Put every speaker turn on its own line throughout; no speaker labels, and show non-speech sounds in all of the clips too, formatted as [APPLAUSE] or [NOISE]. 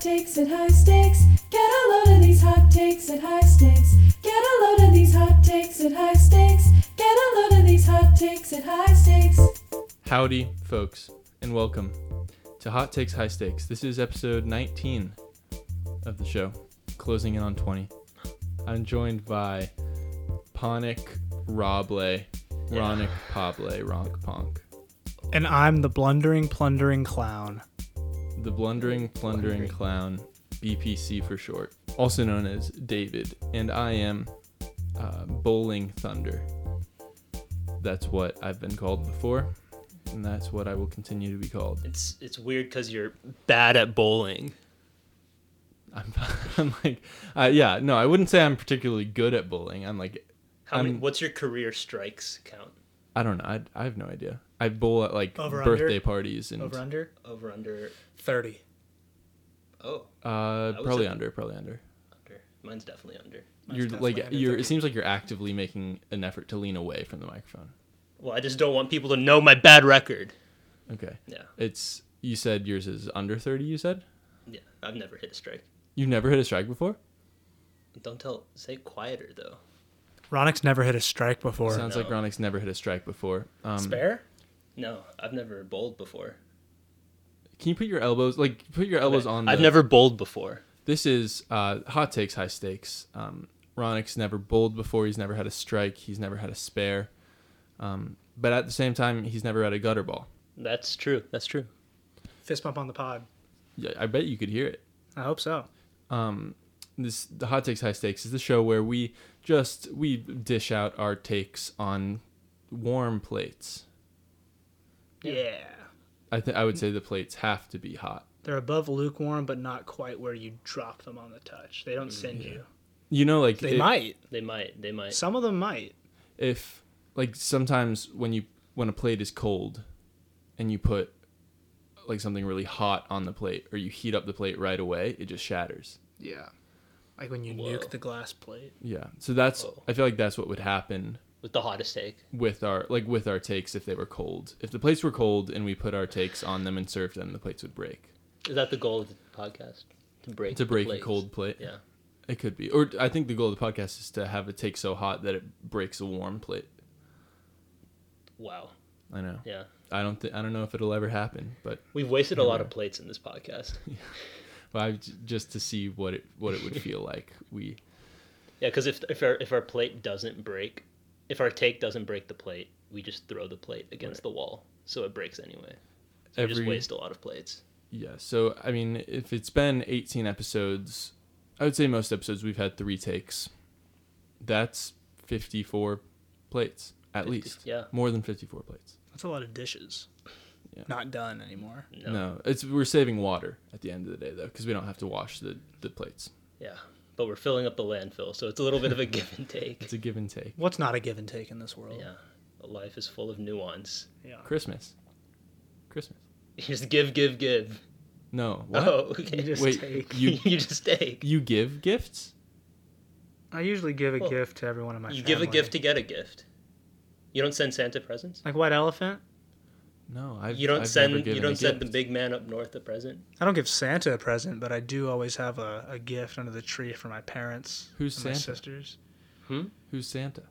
takes at high stakes. Get a load of these hot takes at high stakes. Get a load of these hot takes at high stakes. Get a load of these hot takes at high stakes.
Howdy, folks, and welcome to Hot Takes High Stakes. This is episode 19 of the show, closing in on 20. I'm joined by Ponic Roble, Ronic Poble, Ronk Ponk,
And I'm the blundering, plundering clown.
the blundering, plundering clown, BPC for short, also known as David, and I am uh, Bowling Thunder. That's what I've been called before, and that's what I will continue to be called.
It's it's weird because you're bad at bowling.
I'm, [LAUGHS] I'm like, uh, yeah, no, I wouldn't say I'm particularly good at bowling. I'm like,
How many?
I'm-
What's your career strikes count?
I don't know. I, I have no idea. I bowl at like
Over under?
birthday parties and
Over under?
Over under.
30.
Oh,
uh,
was
probably
at-
under, probably under.
under. Mine's definitely under.
You're like,
definitely under
you're.
30.
It seems like you're actively making an effort to lean away from the microphone.
Well, I just don't want people to know my bad record.
Okay.
Yeah,
It's you said yours is under thirty. You said
yeah. I've never hit a strike.
you've never hit a strike before.
Don't tell. Say quieter though.
Ronik's never hit a strike before.
Sounds like
no.
Ronik's never hit a strike before. Um,
Spare?
No, I've never bowled before.
Can you put your elbows like put your elbows on? The,
I've never bowled before.
This is uh, hot takes, high stakes. Um, Ronik's never bowled before. He's never had a strike. He's never had a spare. Um, but at the same time, he's never had a gutter ball.
That's true. That's true.
Fist bump on the pod.
Yeah, I bet you could hear it.
I hope so.
Um, this the hot takes, high stakes is the show where we just we dish out our takes on warm plates.
Yeah.
I th- I
Mm.
would say the plates have to be hot.
They're above lukewarm, but not quite where you drop them on the touch. They don't send you.
You know, like
They
it-
might.
They might. They might.
Some of them might.
if like sometimes when you when a plate is cold and you put like something really hot on the plate or you heat up the plate right away it just shatters
Yeah. Like when you
Whoa.
nuke the glass plate.
yeah so that's
Whoa.
i feel like that's what would happen
With the hottest take.
with our like with our takes if they were cold if the plates were cold and we put our takes on them and served them the plates would break
Is that the goal of the podcast? To break.
to
the
break a
plates.
cold plate
Yeah.
it could be or i think the goal of the podcast is to have a take so hot that it breaks a warm plate
Wow.
i know
Yeah.
i don't think i don't know if it'll ever happen but
We've wasted a lot of plates in this podcast.
but I, just to see what it what it would feel like [LAUGHS] we
Yeah, because if if our if our plate doesn't break, if our take doesn't break the plate, we just throw the plate against the wall, so it breaks anyway. So we just
Every-
waste a lot of plates.
Yeah, so I mean, if it's been 18 episodes, I would say most episodes we've had three takes. That's 54 plates at least.
yeah.
More than 54 plates.
That's a lot of dishes.
Yeah.
Not done anymore.
No.
No. it's we're saving water at the end of the day though cuz we don't have to wash the the plates.
Yeah, but we're filling up the landfill, so it's a little
[LAUGHS]
bit of a give and take.
It's a give and take.
What's not a give and take in this world?
Yeah, life is full of nuance. [LAUGHS]
Yeah.
Christmas. Christmas.
You just give, give, give. [LAUGHS]
No. What?
Oh, okay.
You just
Wait, [LAUGHS]
take.
you
[LAUGHS] you just take.
you give gifts?
I usually give a
Well,
gift to everyone in my
You
family.
give a gift to get a gift. You don't send Santa presents.
Like White Elephant?
No, I
You don't
I've never
send. You
given a
don't send the
gift.
big man up north a present.
I don't give Santa a present, but I do always have a, a gift under the tree for my parents.
Who's Santa?
and My sisters.
Who's Santa?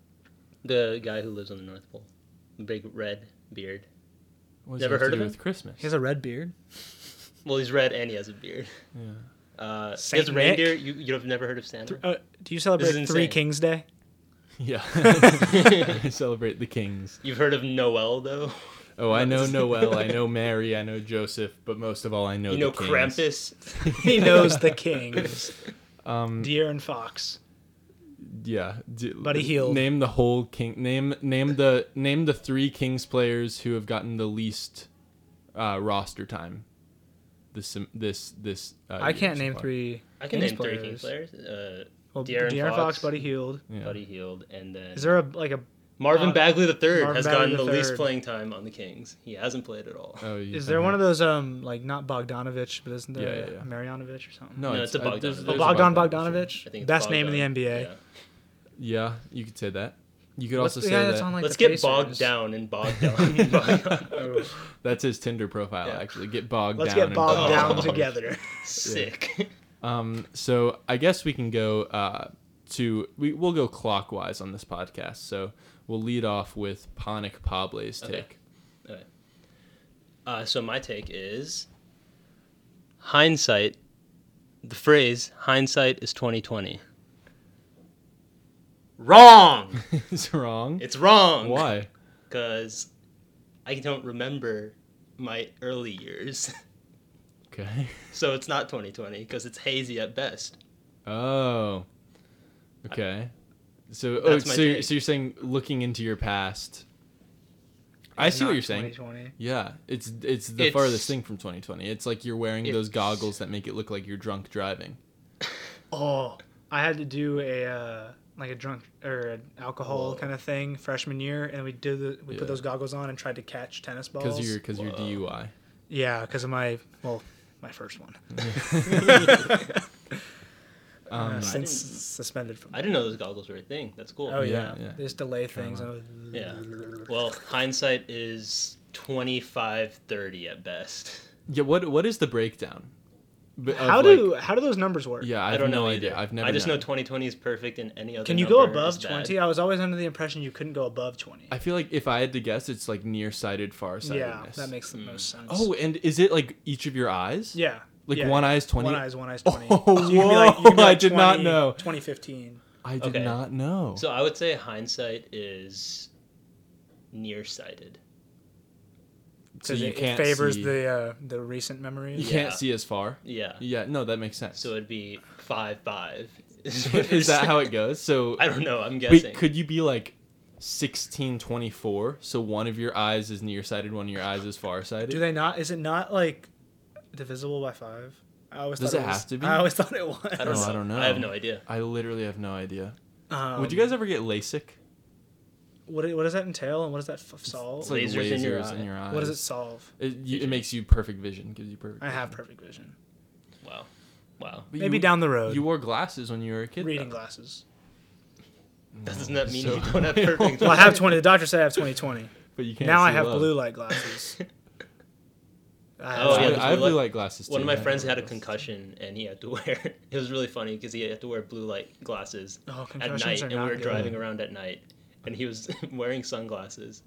The guy who lives on the North Pole, big red beard.
What's
Never heard
to
of
do
him?
with Christmas?
He has a red beard.
Well, he's red and he has a beard.
yeah.
Uh, he
Saint
has
Nick.
reindeer. You you've never heard of Santa?
Uh, do you celebrate
This is
Three
insane.
Kings
[LAUGHS]
Day?
Yeah.
[LAUGHS]
[LAUGHS] I celebrate the kings.
You've heard of Noel though.
Oh, I know Noel, I know Mary, I know Joseph, but most of all, I know
[LAUGHS] You
the
know
kings.
Krampus.
He knows the kings.
[LAUGHS] Um,
Deer and fox.
yeah, d-
Buddy Hield.
Name the whole king. Name name the name the three Kings players who have gotten the least uh, roster time. This sem- this this. Uh,
I
year
can't
so
name
far.
three.
I can
Kings
name three King players. Uh,
Well,
De'Aaron
Deer, and
Fox.
Fox, Buddy Heald.
Yeah.
Buddy Heald, and then
Is there a like a?
Marvin
uh,
Bagley the third
Marvin
has
Bagley
gotten
the
the, least
third.
playing time on the Kings. He hasn't played at all.
Oh, yeah,
Is there
I
one of
know.
those um like not Bogdanovich, but isn't there
Yeah, yeah, yeah.
Marjanovic or something?
No,
No,
it's,
it's a
uh, there's-
Bogdanovich.
there's
Oh,
a
Bogdan
sure.
Bogdanovich.
I think it's
Best
Bogdan.
name in the NBA.
Yeah.
Yeah, you could say that. You could
What's
also
the
say
guy
that
that's on like
Let's
the
get bogged
Pacers?
down and bogged down. And bogged down.
[LAUGHS]
that's his Tinder profile.
Yeah.
Actually, get bogged
Let's
down.
get
and
bogged down
Oh.
together.
Sick.
Um, so I guess we can go uh, to we we'll go clockwise on this podcast. So we'll lead off with Ponic Pable's
Okay.
take. [LAUGHS]
Uh, so my take is hindsight. The phrase "hindsight is 2020." Wrong.
it's wrong.
It's wrong.
Why?
Because I don't remember my early years, [LAUGHS]
Okay.
so it's not 2020 because it's hazy at best.
Oh. Okay. So oh,
That's my
so you're,
take.
so you're saying looking into your past. [LAUGHS] I see what you're saying.
2020.
Yeah, it's it's the
It's-
farthest thing from 2020. It's like you're wearing those
It's-
goggles that make it look like you're drunk driving.
Oh, I had to do a uh, like a drunk or an alcohol
Whoa.
kind of thing freshman year, and we did the, we
Yeah.
put those goggles on and tried to catch tennis balls.
Because you're because you're
Whoa. [LAUGHS]
DUI.
yeah, because of my well, my first one.
[LAUGHS]
[LAUGHS]
Um,
uh, since
I didn't-
suspended from.
I didn't know those goggles were a thing. That's cool.
Oh yeah,
Yeah, yeah.
they just delay things. Oh, and-
Yeah. Well, hindsight is 25, 30 at best.
Yeah. What what is the breakdown? B- of,
how
like-
do how do those numbers work?
Yeah, I,
I,
have
don't
no
know
idea.
either.
I've never.
I just know
known.
2020 is perfect, and any other.
Can you go
number is
above
bad.
twenty? I was always under the impression you couldn't go above twenty.
I feel like if I had to guess, it's like nearsighted,
yeah,
farsightedness.
that makes the most sense.
Oh, and is it like each of your eyes?
yeah,
Like
yeah.
one eye is twenty.
One eye is one eye is twenty.
[LAUGHS] Oh,
you'd be
whoa,
you'd be
I did not know.
Twenty fifteen.
I did
Okay.
not know.
So I would say hindsight is nearsighted.
So
because
you
it,
can't
it favors
see-
the uh, the recent
You
memories.
can't
Yeah.
see as far.
Yeah.
Yeah. No, that makes sense. [LAUGHS]
So it'd be five five.
is
[LAUGHS]
that how it goes? So
I don't know. I'm
Wait,
guessing.
could you be like 1624? So one of your eyes is nearsighted, one of your eyes is farsighted.
Do they not? Is it not like divisible by five? I always
Does
thought
it
was,
have to be?
I always thought it was.
I don't,
No,
know.
I don't know.
I have no idea.
I literally have no idea.
[LAUGHS] Um,
Would you guys ever get LASIK?
What, what does that entail and what does that f- solve?
It's like
Lasers in your eye.
eyes.
what does it solve?
It, you, it makes you perfect vision. Gives you perfect.
I have
vision.
perfect vision.
Wow. Wow.
But
Maybe
you,
down the road.
You wore glasses when you were a kid.
reading
though.
glasses.
Doesn't that mean
So-
you don't
[LAUGHS]
have perfect?
Well, I have twenty. The doctor said I have twenty twenty.
But you [LAUGHS] can't.
Now I
see
have
low.
blue
[LAUGHS]
light
[LAUGHS]
glasses. I have
Oh,
I,
yeah,
have-
those
I have
blue
blue
light-
light glasses. Too.
One of
I
my
have
friends
blue
had a
light glasses.
concussion, and he had to [LAUGHS] wear. It was really funny because he had to wear blue light glasses
Oh,
at
concussions
night,
are
and we
not
were
good.
driving around at night, and he was [LAUGHS] wearing sunglasses,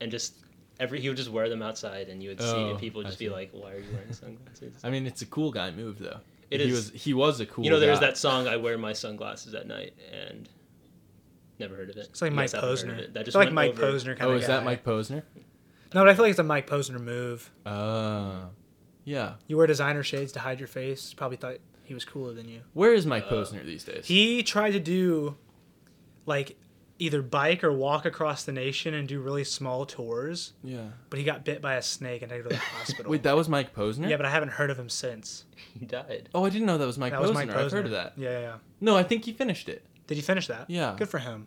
and just every he would just wear them outside, and you would see
Oh,
and people would
I
just
see.
be like, "Why are you wearing sunglasses?"
I mean, it's a cool guy move though.
It
he
is-
Was, he was a cool.
you know, there's
guy.
that song, "I Wear My Sunglasses at Night," and never heard of it.
It's like
You
Mike
guys haven't heard of
Posner.
it. That
It's
just
like
went
Mike
over-
Posner kind
Oh,
of
is that Mike Posner?
No, but I feel like it's a Mike Posner move.
Uh, yeah.
You wear designer shades to hide your face. Probably thought he was cooler than you.
Where is Mike
Uh,
Posner these days?
He tried to do, like, either bike or walk across the nation and do really small tours,
yeah.
but he got bit by a snake and had to [LAUGHS] go to the hospital.
Wait, that was Mike Posner.
yeah, but I haven't heard of him since.
He died.
oh, I didn't know that was Mike
That
Posner.
was Mike Posner.
I've heard of that.
Yeah, yeah, yeah.
No, I think he finished it.
Did he finish that?
Yeah.
Good for him.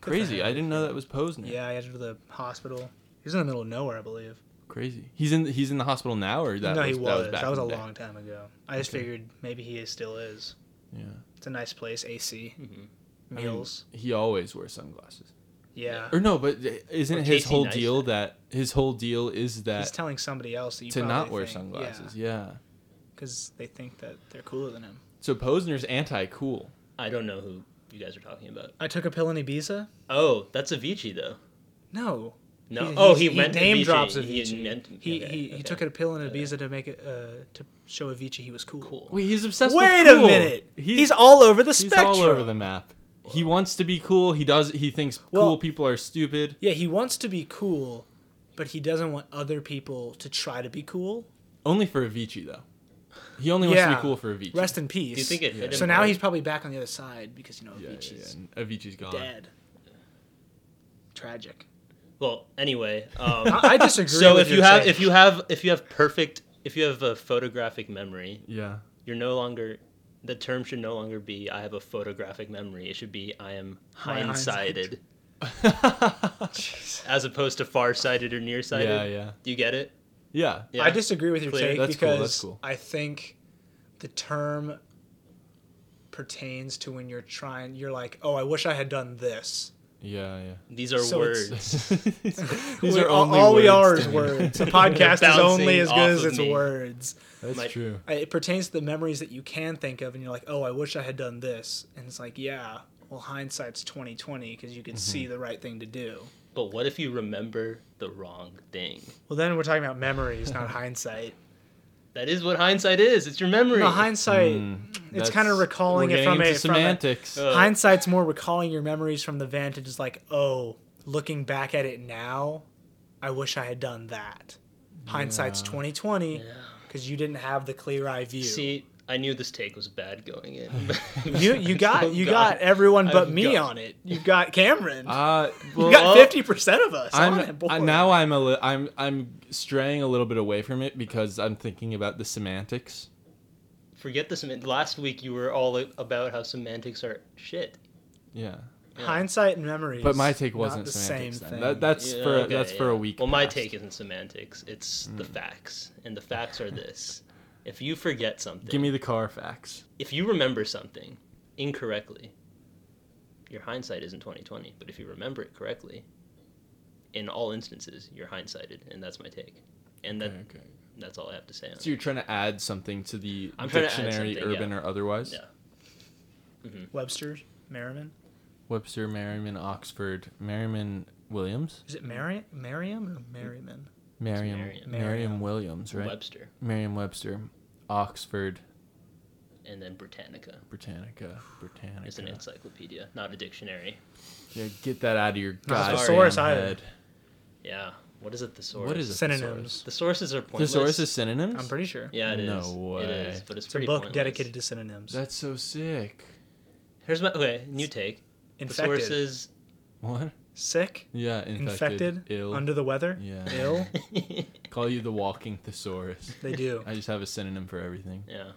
Good for
Crazy.
him.
I didn't know that was Posner.
Yeah, he had to go to the hospital. He was in the middle of nowhere, I believe.
Crazy. He's in. He's in the hospital now, or that
no,
was
he was. That was,
back in
a
the day?
long time ago. I just
Okay.
figured maybe he is, still is.
Yeah.
It's a nice place. AC
hmm
mean,
meals.
He always wears sunglasses.
yeah.
Or no, but isn't
Or
his
Casey
whole
Neistat.
deal that his whole deal is
He's
that
telling somebody else that you
to not
probably
wear
think-
sunglasses?
Yeah,
Yeah.
because they think that they're cooler than him.
So Posner's anti-cool.
I don't know who you guys are talking about.
I took a pill in Ibiza.
Oh, that's Avicii though.
No.
No. oh, he,
went
meant
name
Avicii.
drops Avicii.
He,
He
meant,
he,
okay,
he,
okay.
took a pill in Ibiza to make it uh, to show Avicii he was cool.
Cool.
Wait, he's obsessed
Wait
with
a
cool.
minute. He's,
He's,
all over the
he's
spectrum.
all over the map. He wants to be cool. He does. He thinks
Well-
cool people are stupid.
Yeah, he wants to be cool, but he doesn't want other people to try to be cool.
Only for Avicii though. He only wants to
Yeah.
be cool for Avicii.
Rest in peace.
Do you think it hit him?
so now
hard?
he's probably back on the other side because you know
yeah, yeah,
Avicii's
yeah. Avicii's gone.
dead. Tragic.
Well,
[LAUGHS]
anyway.
I,
Um,
I disagree.
so
with
if you
your
have
take.
if you have if you have perfect if you have a photographic memory,
Yeah. [LAUGHS]
[LAUGHS]
you're no longer the term should no longer be I have a photographic memory. It should be I am
My hindsight.
hindsighted
yeah,
as opposed to farsighted or nearsighted.
yeah,
Do you get it?
yeah.
Yeah.
I disagree with your
Clear.
take
That's cool,
because
that's cool.
I think the term pertains to when you're trying. You're like, oh, I wish I had done this.
Yeah, yeah.
These are
So it's-
[LAUGHS]
words.
[LAUGHS]
These
We-
are
all,
only
all we
words to
are is
me. [LAUGHS]
words. A podcast is only
Bouncing
as
off
good as
of
its
me.
words.
That's
My-
true.
I- It pertains to the memories that you can think of, and you're like, oh, I wish I had done this. And it's like, yeah, well, hindsight's twenty twenty because you could see
Mm-hmm.
the right thing to do.
But what if you remember the wrong thing?
Well, then we're talking about
[LAUGHS]
memories, not hindsight.
That is what hindsight is. It's your memory.
No, hindsight.
Mm.
it's kind of
That's-
recalling
we're
it from
getting
a
into
from a-
semantics.
Uh,
hindsight's more recalling your memories from the vantage is like oh looking back at it now i wish i had done that hindsight's
Yeah.
2020
Yeah.
because you didn't have the clear eye view
See, I knew this take was bad
[LAUGHS]
going in. [LAUGHS]
you you got you
Oh,
got
God.
everyone but
I've
me
got-
on it you've got cameron
uh,
[LAUGHS] you
well,
got 50% of us on
I'm
it boy.
I, now I'm a li- I'm I'm straying a little bit away from it because I'm thinking about the semantics.
Forget the semant. Last week you were all about how semantics are shit.
Yeah,
Yeah.
hindsight and memories
but my take
not
wasn't
the
semantics.
same
then.
thing
That, that's
Yeah,
for
okay,
that's for a
yeah.
week.
Well, my
past. Mm.
take isn't semantics. It's the facts, and the facts are this: if you forget something,
Give me the car facts.
if you remember something incorrectly, your hindsight isn't twenty twenty. But if you remember it correctly, in all instances, you're hindsighted, and that's my take. And that,
Okay, okay.
that's all I have to say. On it.
So you're trying to add something to the
I'm trying to add
dictionary,
something, yeah.
urban or otherwise.
Yeah.
webster's merriman
Webster, Merriman, Oxford, Merriman, Williams,
is it Mari- merriam or merriman
Merriam,
Merriam.
Merriam Williams, right?
Webster,
Merriam Webster, Oxford,
and then Britannica.
Britannica, Britannica.
It's an encyclopedia, not a dictionary.
Yeah, get that out of your
Not
a
goddamn
thesaurus either.
head.
Yeah. What is it? The source.
What is a
synonyms
The sources are
Thesaurus?
pointless.
Thesaurus is synonyms.
i'm pretty sure
Yeah, it is.
No
It
way.
is, but it's,
it's a
pretty
book
pointless.
dedicated to synonyms
That's so sick.
Here's my okay. New take. The
infected
source is
What?
sick
Yeah, infected,
infected,
ill.
under the weather,
yeah,
ill.
[LAUGHS] call you the walking
[LAUGHS]
thesaurus.
They do.
I just have a synonym for
[LAUGHS]
everything.
[LAUGHS] yeah.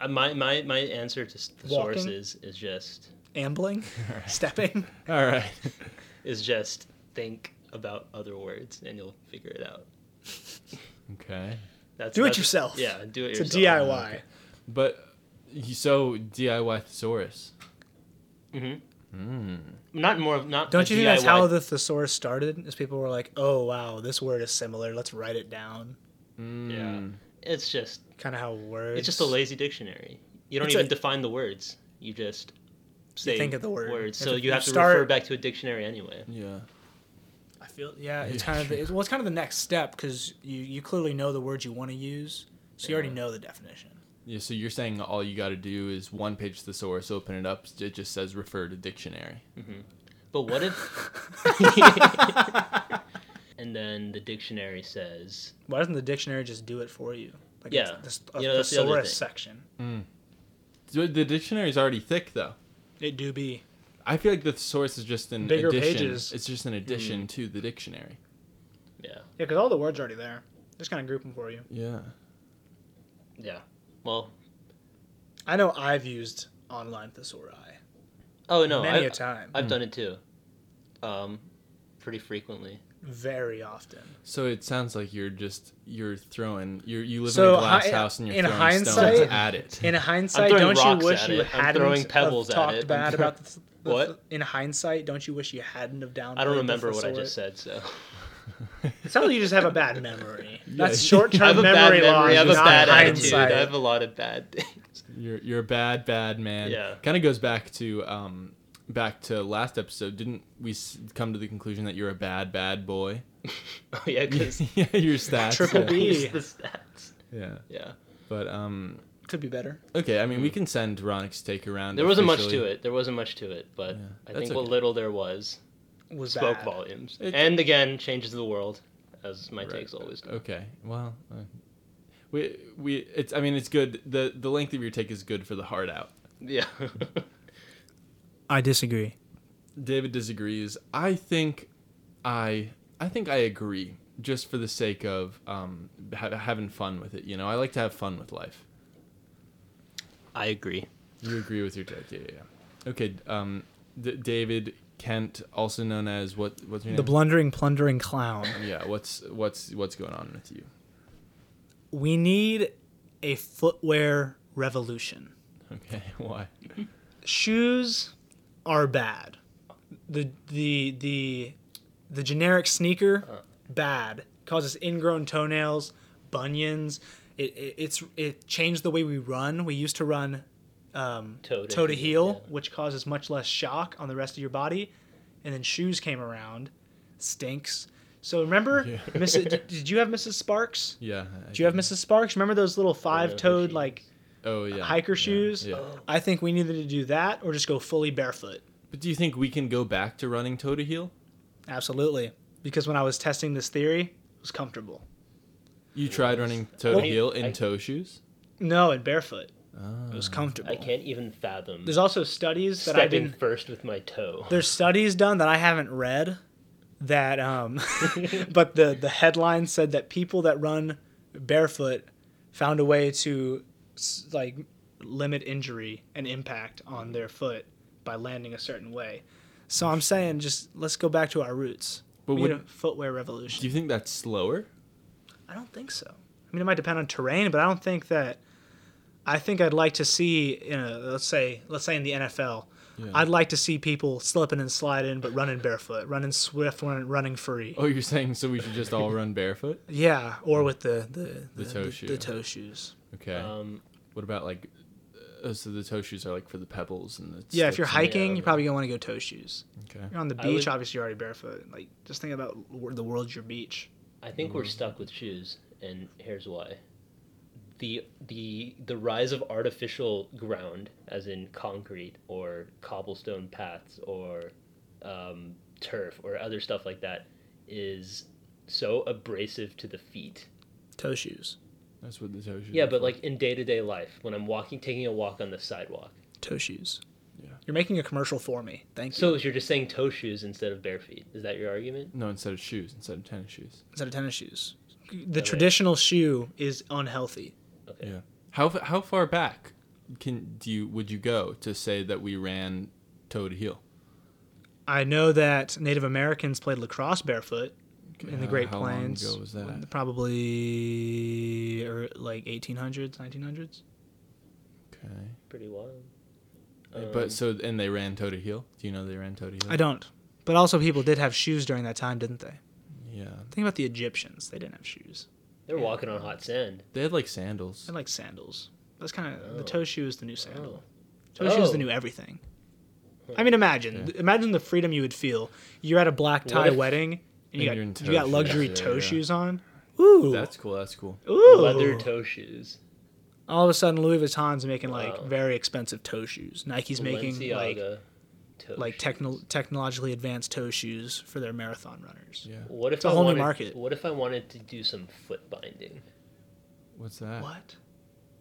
Uh, my my my answer to s- the
Walking?
source is is just
Ambling,
All right.
[LAUGHS]
stepping.
[LAUGHS] All right.
is just think about other words and you'll figure it out.
Okay.
That's
Do it
that's-
yourself.
Yeah, do it
It's a
yourself.
DIY.
But you- so DIY thesaurus.
Mm-hmm.
Hmm.
Not more of not.
Don't
a
you think that's how
DIY
the thesaurus started? Is people were like, "Oh wow, this word is similar. Let's write it down."
Mm.
It's just
Kind of how words.
it's just a lazy dictionary. You don't
It's
even
a-
define the words. You just say
think of the word.
words.
If
So
it-
you have to
you start-
refer back to a dictionary anyway.
Yeah.
I feel. Yeah, it's
Yeah,
kind of the, it's- well, it's kind of the next step because you you clearly know the words you want to use, so you already
Yeah.
know the definition.
[LAUGHS]
Yeah. So you're saying all you got to do is one page thesaurus, open it up. It just says refer to dictionary.
Mm-hmm. But what if? and then the dictionary says,
Why doesn't the dictionary just do it for you? Like
Yeah.
a, this, a
You know, that's the other
thesaurus
thing.
section.
The the dictionary's already thick though.
It do be.
I feel like the thesaurus is just an
Bigger
addition.
pages.
It's just an addition to the dictionary.
yeah,
Yeah, because all the words are already there. Just kind of group them for you.
Yeah.
yeah. Well,
I know I've used online thesauri
oh no,
many a
I've,
time, Hmm.
I've done it too, um, pretty frequently.
very
[LAUGHS]
often.
So it sounds like you're just you're throwing you you live
So,
in a glass
hi-
house and you're
in
throwing
hindsight-
stones at it.
In hindsight,
throwing
don't you
rocks
wish
at
you
it. I'm
hadn't
throwing
have
pebbles at
talked
it. I'm
bad
throwing-
about the, th- the
What?
th- in hindsight, don't you wish you hadn't have downplayed?
I don't
the
remember what I
thesaurus?
just said, so
It sounds like you just have a bad
[LAUGHS]
memory. That's
Yeah.
I have
short-term
a
memory
bad memory. I
loss,
have a
not
bad attitude.
hindsight.
I have a lot of bad things. [LAUGHS]
You're you're a bad bad man.
Yeah.
Kind of goes back to um back to last episode. Didn't we s- come to the conclusion that you're a bad bad boy?
Oh yeah, because
[LAUGHS]
[LAUGHS]
yeah, your stats.
Triple
yeah.
B.
the stats.
Yeah.
Yeah,
But um
Could be better.
okay, I mean we can send Ronic's take around.
Hmm. there wasn't much
officially.
to it. There wasn't much to it, but
Yeah,
I
that's
think what
okay.
little there was
Was
spoke
bad.
volumes.
It-
and again, changes the world, as my
Right.
takes always do.
Okay. Well, uh, we we it's I mean it's good. The the length of your take is good for the heart out.
[LAUGHS] Yeah.
I disagree.
David disagrees. I think I I think I agree just for the sake of um ha- having fun with it, you know. I like to have fun with life.
I agree.
You agree with your take. Yeah, yeah. yeah. Okay, um D- David Kent also known as what what's your
The
name?
blundering, plundering clown.
yeah, what's what's what's going on with you?
We need a footwear revolution.
Okay, [LAUGHS] why?
shoes are bad. The the the the generic sneaker bad causes ingrown toenails, bunions. It, it it's it changed the way we run. We used to run um,
Toe to
toe to
heel,
heel,
yeah.
which causes much less shock on the rest of your body. And then shoes came around, stinks. So remember,
Yeah.
Mrs. Did, did you have Mrs. Sparks?
Yeah. [LAUGHS] I-
Do you have Mrs. Sparks? Remember those little five-toed
Hershey's.
like?
Oh yeah.
hiker
yeah,
shoes?
Yeah.
I think we needed to do that or just go fully barefoot.
But do you think we can go back to running toe to heel?
Absolutely, because when I was testing this theory, it was comfortable.
You tried running toe to
Well,
heel in
I-
toe shoes?
No, and barefoot,
Oh.
it was comfortable.
I can't even fathom
There's also studies that I
stepping
didn't.
first with my toe.
There's studies done that I haven't read,
[LAUGHS]
that um, [LAUGHS] but the the headline said that people that run barefoot found a way to s- like limit injury and impact on their foot by landing a certain way. So I'm saying just let's go back to our roots.
But
we need a
would,
footwear revolution.
do you think that's slower?
I don't think so. I mean, it might depend on terrain, but I don't think that. I think I'd like to see, in a, let's say, let's say in the NFL,
Yeah.
I'd like to see people slipping and sliding, but running barefoot, running swift, running, running free.
Oh, you're saying so we should just all run barefoot?
Yeah, or with the the
The toe shoe.
The toe shoes.
Okay.
Um,
what about like? Uh, so the toe shoes are like for the pebbles and the.
Yeah, if
slips
you're
and-
hiking,
yeah.
you're probably gonna want to go toe shoes.
Okay.
You're on the
I
beach,
would-
obviously you're already barefoot. Like, just think about where the world's your beach.
I think we're stuck with shoes, and here's why. The, the the rise of artificial ground, as in concrete or cobblestone paths or um, turf or other stuff like that, is so abrasive to the feet.
Toe shoes,
That's what the toe shoes.
Yeah,
are
but
for.
like in day to day life, when I'm walking, taking a walk on the sidewalk.
toe shoes.
Yeah.
You're making a commercial for me. Thank you.
So you're just saying toe shoes instead of bare feet. Is that your argument?
No, instead of shoes, instead of tennis shoes.
Instead of tennis shoes,
way-
the traditional shoe is unhealthy.
Okay.
Yeah. How fa- how far back can do you would you go to say that we ran toe to heel?
I know that Native Americans played lacrosse barefoot in the
Uh,
Great
how long
Plains.
ago was that?
Probably or like 1800s, 1900s.
Okay.
Pretty wild. Um,
but so and they ran toe to heel. Do you know they ran toe to heel?
I don't. But also, people did have shoes during that time, didn't they?
Yeah.
Think about the Egyptians; they didn't have shoes.
they're walking on hot sand.
They had like sandals.
They like sandals. That's kind of
Oh.
the toe shoe is the new sandal.
Oh.
Toe shoe is
Oh.
the new everything. I mean, imagine, imagine the freedom you would feel. You're at a black tie
if-
wedding, and you
And you're in
got
toe
you got
shoes.
luxury
Yeah,
toe
yeah.
shoes on. Ooh,
That's cool. That's cool.
ooh,
Leather toe shoes.
all of a sudden Louis Vuitton's making like
Wow.
very expensive toe shoes. Nike's making like
Balenciaga toe
like
shoes.
techno- technologically advanced toe shoes for their marathon runners.
Yeah.
What if
It's a
I
whole new
wanted,
market.
What if I wanted to do some foot binding?
What's that?
What?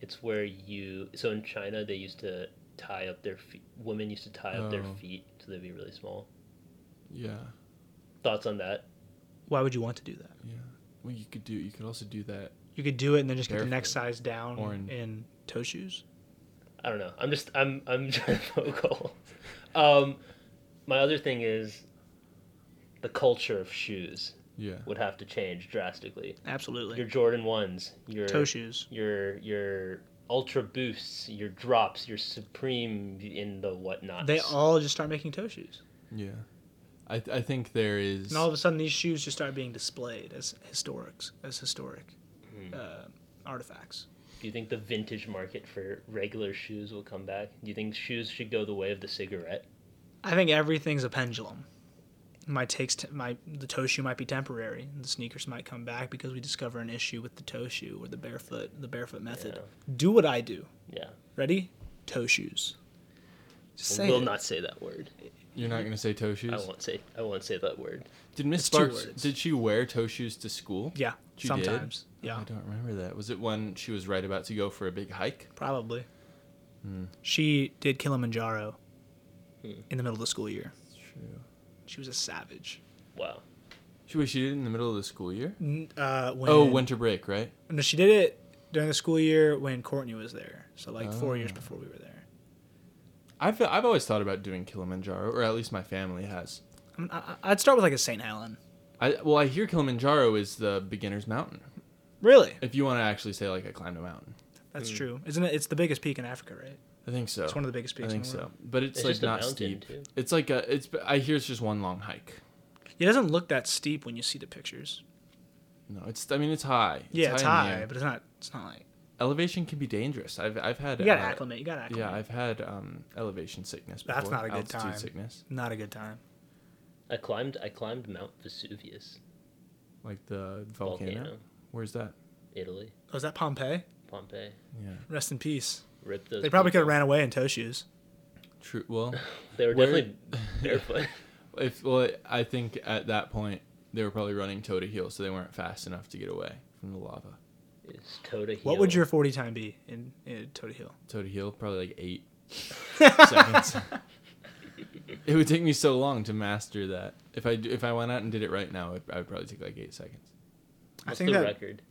It's where you. So in China, they used to tie up their feet. Women used to tie up their
Oh.
feet so they'd be really small.
Yeah.
Thoughts on that?
Why would you want to do that?
Yeah. Well, you could do. You could also do that.
You could do it and then just get the
Barefoot.
next size down
Or in-
in toe shoes.
I don't know. I'm just. I'm. I'm [LAUGHS] trying to vocal. Um, my other thing is, the culture of shoes
Yeah.
would have to change drastically. Your
Absolutely.
Jordan ones. Your
Toe shoes.
your your ultra boosts, your drops, your supreme in the whatnot.
They all just start making toe shoes.
Yeah. I I think there is.
And all of a sudden, these shoes just start being displayed as historics, as historic
Hmm.
uh, artifacts.
Do you think the vintage market for regular shoes will come back? Do you think shoes should go the way of the cigarette?
I think everything's a pendulum. My takes, t- my the toe shoe might be temporary. and The sneakers might come back because we discover an issue with the toe shoe or the barefoot, the barefoot method. Do what I do.
Yeah.
Ready? Toe shoes. Just
I
say
will
it.
not say that word.
You're not gonna say toe shoes.
I won't say I won't say that word.
Did Miss
It's two
Sparks?
words.
Did she wear toe shoes to school?
Yeah,
She did?
sometimes. Yeah,
I don't remember that. Was it when she was right about to go for a big hike?
probably.
Hmm.
She did Kilimanjaro
Hmm.
in the middle of the school year.
True.
She was a savage.
Wow.
She wait, she did it in the middle of the school year.
N- Uh, when,
Oh, winter break, right?
No, she did it during the school year when Courtney was there. So like four years
Oh.
before we were there.
I've I've always thought about doing Kilimanjaro, or at least my family has.
I mean, I, I- I'd start with like a St. Helen.
I well, I hear Kilimanjaro is the beginner's mountain.
Really?
If you want to actually say like I climbed a mountain,
Mm.
That's true. Isn't it? It's the biggest peak in Africa, right?
I think so.
It's one of the biggest
I
peaks. in
think
the world.
so, but it's,
It's
like
just a
not
mountain,
steep.
too.
It's like a. It's. I hear it's just one long hike.
It doesn't look that steep when you see the pictures.
No, it's. I mean, it's high.
yeah, it's
in the
high,
air.
but it's not. It's not like
Elevation can be dangerous. I've. I've had.
you gotta
uh,
acclimate. You gotta acclimate.
Yeah, I've had um, elevation sickness. Before,
That's not a good
altitude
time.
sickness,
not a good time.
I climbed I climbed Mount Vesuvius,
like the volcano.
volcano,
Where's that?
Italy,
Was Oh, that Pompeii?
Pompeii.
Yeah,
Rest in peace.
Rip those.
They probably could
people.
have ran away in toe shoes.
true. Well,
[LAUGHS] They were
Where-
definitely barefoot.
if well, I think at that point they were probably running toe to heel, so they weren't fast enough to get away from the lava.
It's [LAUGHS] toe to heel.
What would your 40 time be in, in toe to heel? [LAUGHS]
Toe to heel, probably like eight
[LAUGHS]
seconds. It would take me so long to master that. If I d- if I went out and did it right now, it, I would probably take like eight seconds.
I
What's
think
the
that
record?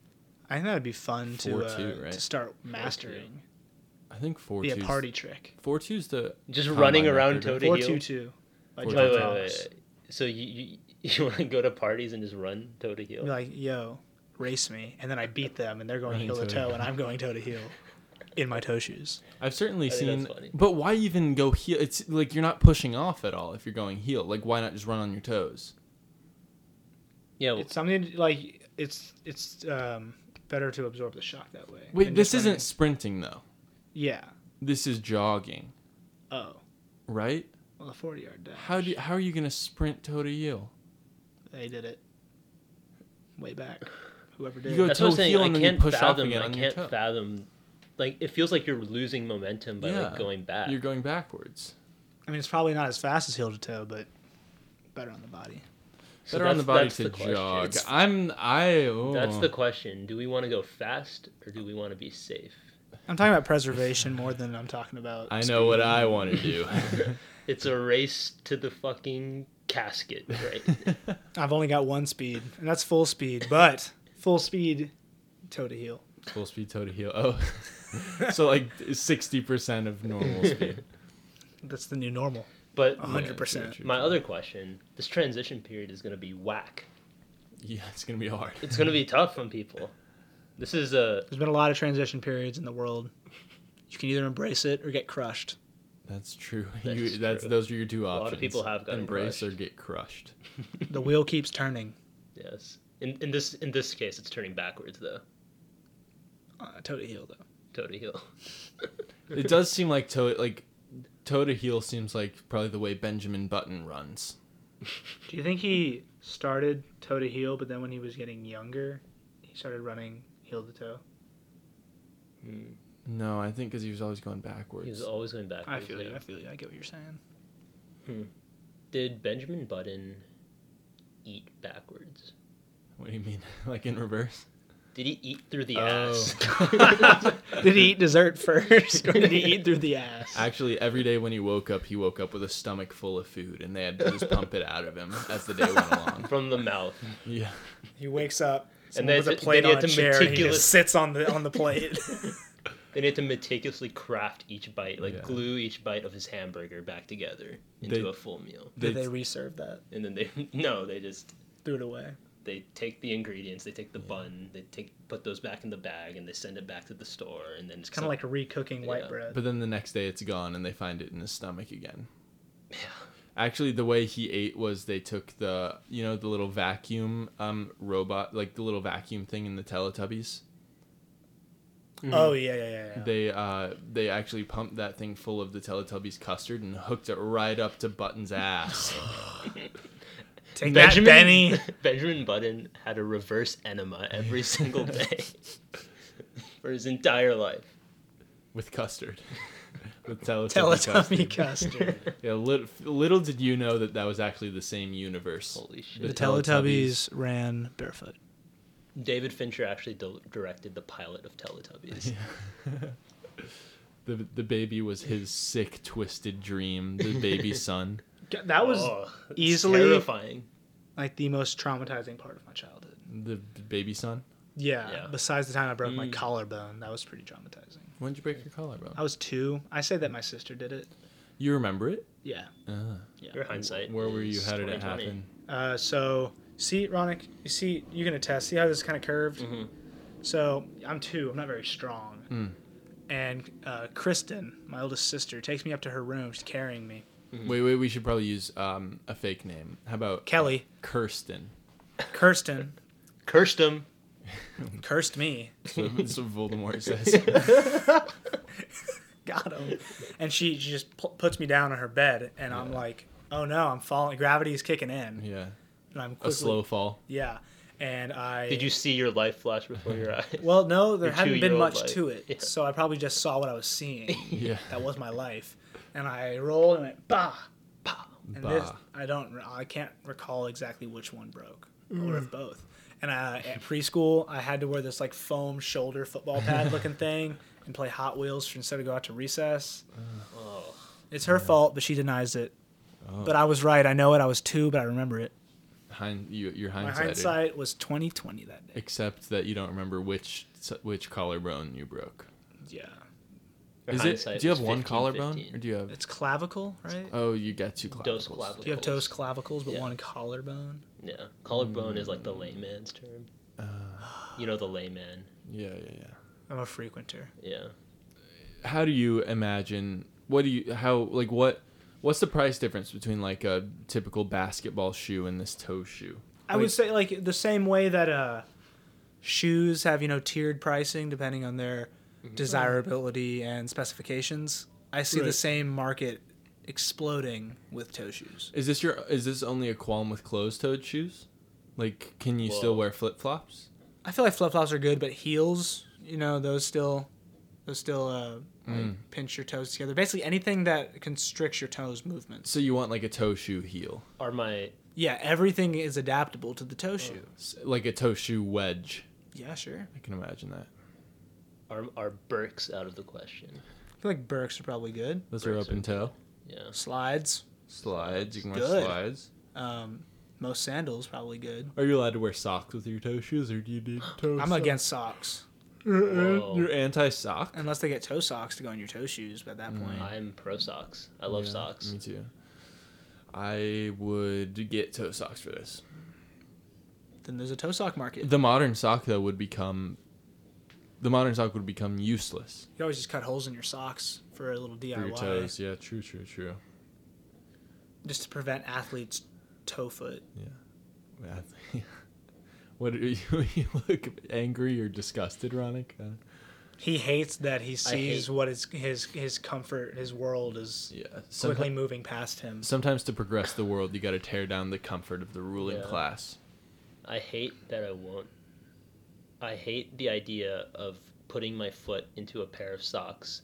I think that would be fun to, uh,
4-2, right?
to start mastering.
I think four.
Be a
two's-
party trick.
Four two's the
Just
combine
running around
record.
toe to
Four
heel.
two two. By
Four
Wait,
John
wait, wait,
Thomas.
wait. So you you, [LAUGHS] you want to go to parties and just run toe to heel?
Be like, yo, race me, and then I beat them, and they're going
Running
heel to
toe-to-heel.
toe, and I'm going toe to heel, in my toe shoes.
I've certainly
I think
seen,
that's funny.
but why even go heel? It's like you're not pushing off at all if you're going heel. Like why not just run on your toes?
yeah. well,
It's something like it's it's um, better to absorb the shock that way.
Wait,
than
this
just
isn't
running-
sprinting though.
Yeah.
This is jogging,
Oh,
right?
well, the 40 yard dash.
How do you, how are you gonna sprint toe to heel?
they did it? Way back, whoever did.
You go
it.
That's what I'm
toe
saying.
heel
I
and then you
can't
push off
fathom.
again
I
on your
can't
toe.
fathom. Like it feels like you're losing momentum by like going back.
You're going backwards.
I mean, it's probably not as fast as heel to toe, but better on the body.
So
Better on the
that's-
body
that's
to
the question.
jog.
It's-
I'm I. Oh.
That's the question. Do we want to go fast or do we want to be safe?
[LAUGHS]
I'm talking about preservation more than I'm talking about.
I know what
speed.
I want to do.
It's a race to the fucking casket,
[LAUGHS]
right? [LAUGHS]
I've only got one speed, and that's full speed, but full speed toe to heel.
Full speed toe to heel. Oh, [LAUGHS] so like sixty percent of
[LAUGHS]
normal speed.
That's the new normal.
but
Oh,
my,
100%.
my other question, this transition period is going to be whack.
Yeah, it's gonna be hard.
It's going to be tough on people. This is a
There's been a lot of transition periods in the world. You can either embrace it or get crushed.
That's true.
That's
you, that's
true.
those are your two options.
lot of people have gotten
embrace or
crushed.
get crushed.
[LAUGHS] The wheel keeps turning.
yes. In in this in this case, it's turning backwards though.
Uh, toe to heel, though.
Toe to heel.
It does seem like toe like toe to heel seems like probably the way Benjamin Button runs.
Do you think he started toe to heel, but then when he was getting younger, he started running heel to toe?
Hmm. No, I think because he was always going backwards.
He was always going
I
backwards.
feel
yeah.
you. I feel you. I get what you're [LAUGHS] saying.
Did Benjamin Button eat backwards?
what do you mean? [LAUGHS] like in reverse?
Did he eat through the
Oh.
ass?
[LAUGHS]
[LAUGHS]
Did he eat dessert first, [LAUGHS] or did he eat through the ass?
Actually, every day when he woke up, he woke up with a stomach full of food, and they had to just pump it out of him as the day went
[LAUGHS]
along.
From the mouth.
Yeah.
He wakes up
And then
someone puts
th- then you have to
and
meticulous-
sits on the on the plate.
They had to meticulously craft each bite, like
Yeah.
glue each bite of his hamburger back together into
They-
a full meal.
[LAUGHS] Did
They-
they reserve that?
And then they [LAUGHS] no, they just
Threw it away.
they take the ingredients, they take the bun, they take put those back in the bag, and they send it back to the store, and then it's
Kind of like recooking white
Yeah.
bread.
But then the next day it's gone and they find it in his stomach again. Actually, the way he ate was they took the, you know, the little vacuum um, robot, like the little vacuum thing in the Teletubbies.
Oh yeah, yeah, yeah. yeah.
They uh, they actually pumped that thing full of the Teletubbies custard and hooked it right up to Button's ass.
[LAUGHS] Take
Benjamin
that, Benny.
[LAUGHS] Benjamin Button had a reverse enema every
[LAUGHS]
single day [LAUGHS] for his entire life.
with custard. [LAUGHS] with Teletubby,
Teletubby [LAUGHS]
custard.
[LAUGHS]
custard.
yeah, little, little did you know that that was actually the same universe.
Holy shit!
The
the
Teletubbies
Teletubbies ran barefoot.
David Fincher actually di- directed the pilot of Teletubbies.
The, the baby was his sick, twisted dream, the
[LAUGHS]
baby's son.
[LAUGHS] That was
Oh, it's
easily-
terrifying.
like the most traumatizing part of my childhood.
The b- baby son?
Yeah.
Yeah.
Besides the time I broke my
Mm.
collarbone, that was pretty traumatizing.
When did you break your collarbone?
I was two. I say that my sister did it.
You remember it?
Yeah.
Uh,
Yeah.
Your hindsight.
where were you?
is
How did it
20/20.
happen?
Uh, so see, Ronick, you see, you can attest. See how this is kind of curved. So I'm two. I'm not very strong. and uh, Kristen, my oldest sister, takes me up to her room. She's carrying me.
Wait, wait. We should probably use um, a fake name. How about
Kelly,
Kirsten?
Kirsten, [LAUGHS]
Cursed him. [LAUGHS]
cursed me.
So, [LAUGHS] so Voldemort says.
[LAUGHS] got him. And she, she just pu- puts me down on her bed, and I'm like, oh no, I'm falling. Gravity is kicking in,
[LAUGHS] Yeah,
and I'm quickly,
a slow fall.
yeah. And I
Did you see your life flash before your eyes?
Well, no, there
Your
hadn't been
two-year-old
much
life.
to it,
Yeah.
so I probably just saw what I was seeing. [LAUGHS]
Yeah.
that was my life, and I rolled and went bah, bah, and this
Bah.
I don't, I can't recall exactly which one broke or
Mm.
if both. And I, at preschool, I had to wear this like foam shoulder football pad
[LAUGHS]
looking thing and play Hot Wheels instead of go out to recess.
[LAUGHS] Oh.
It's her fault, but she denies it. But I was right. I know it. I was two, but I remember it.
Hind, you, your
My
hindsight. eh?
hindsight was twenty twenty that day.
Except that you don't remember which which collarbone you broke.
Yeah,
Your
Is it?
hindsight
Do you
was
have one
15,
collarbone,
15.
or do you have?
it's clavicle, right?
Oh, you got two
Dos
clavicles.
Do you have toes clavicles, but
Yeah.
one collarbone?
Yeah, collarbone is like
Hmm.
the layman's term.
Uh.
you know the layman.
Yeah, yeah, yeah.
I'm a frequenter.
Yeah.
How do you imagine? What do you? How like what? What's the price difference between like a typical basketball shoe and this toe shoe?
I would say like the same way that uh, shoes have you know tiered pricing depending on their desirability and specifications. I see the
Right.
same market exploding with toe shoes.
Is this your? Is this only a qualm with closed-toed shoes? Like, can you still
Whoa.
wear flip-flops?
I feel like flip flops are good, but heels, you know, those still, those still uh, like,
Mm.
pinch your toes together. Basically, anything that constricts your toes movements.
So you want like a toe shoe heel,
Are my
Yeah, everything is adaptable to the toe shoe.
S- like a toe shoe wedge.
Yeah, sure.
I can imagine that.
are are Burks out of the question?
I feel like Birks are probably good.
Those are
Bricks
open
are-
toe
Yeah.
Slides.
slides. You can wear
Good.
slides.
Um, most sandals probably good.
Are you allowed to wear socks with your toe shoes, or do you
[GASPS]
need toe?
I'm
socks?
against socks
Whoa.
You're anti-sock.
unless they get toe socks to go on your toe shoes. By that
Mm.
point,
I'm pro socks. I love
Yeah,
socks.
Me too. I would get toe socks for this.
then there's a toe sock market.
The modern sock though would become the modern sock would become useless
You always just cut holes in your socks for a little
for your
DIY,
toes. Yeah, true, true, true.
just to prevent athletes' toe foot.
Yeah, I think- [LAUGHS] What [LAUGHS] are you, you look angry or disgusted, Ronick? Uh,
He hates that he sees
hate-
what is his his comfort, his world is
yeah.
quickly
Sometimes,
moving past him.
sometimes to progress the world, you got to tear down the comfort of the ruling
Yeah.
class.
I hate that I won't. I hate the idea of putting my foot into a pair of socks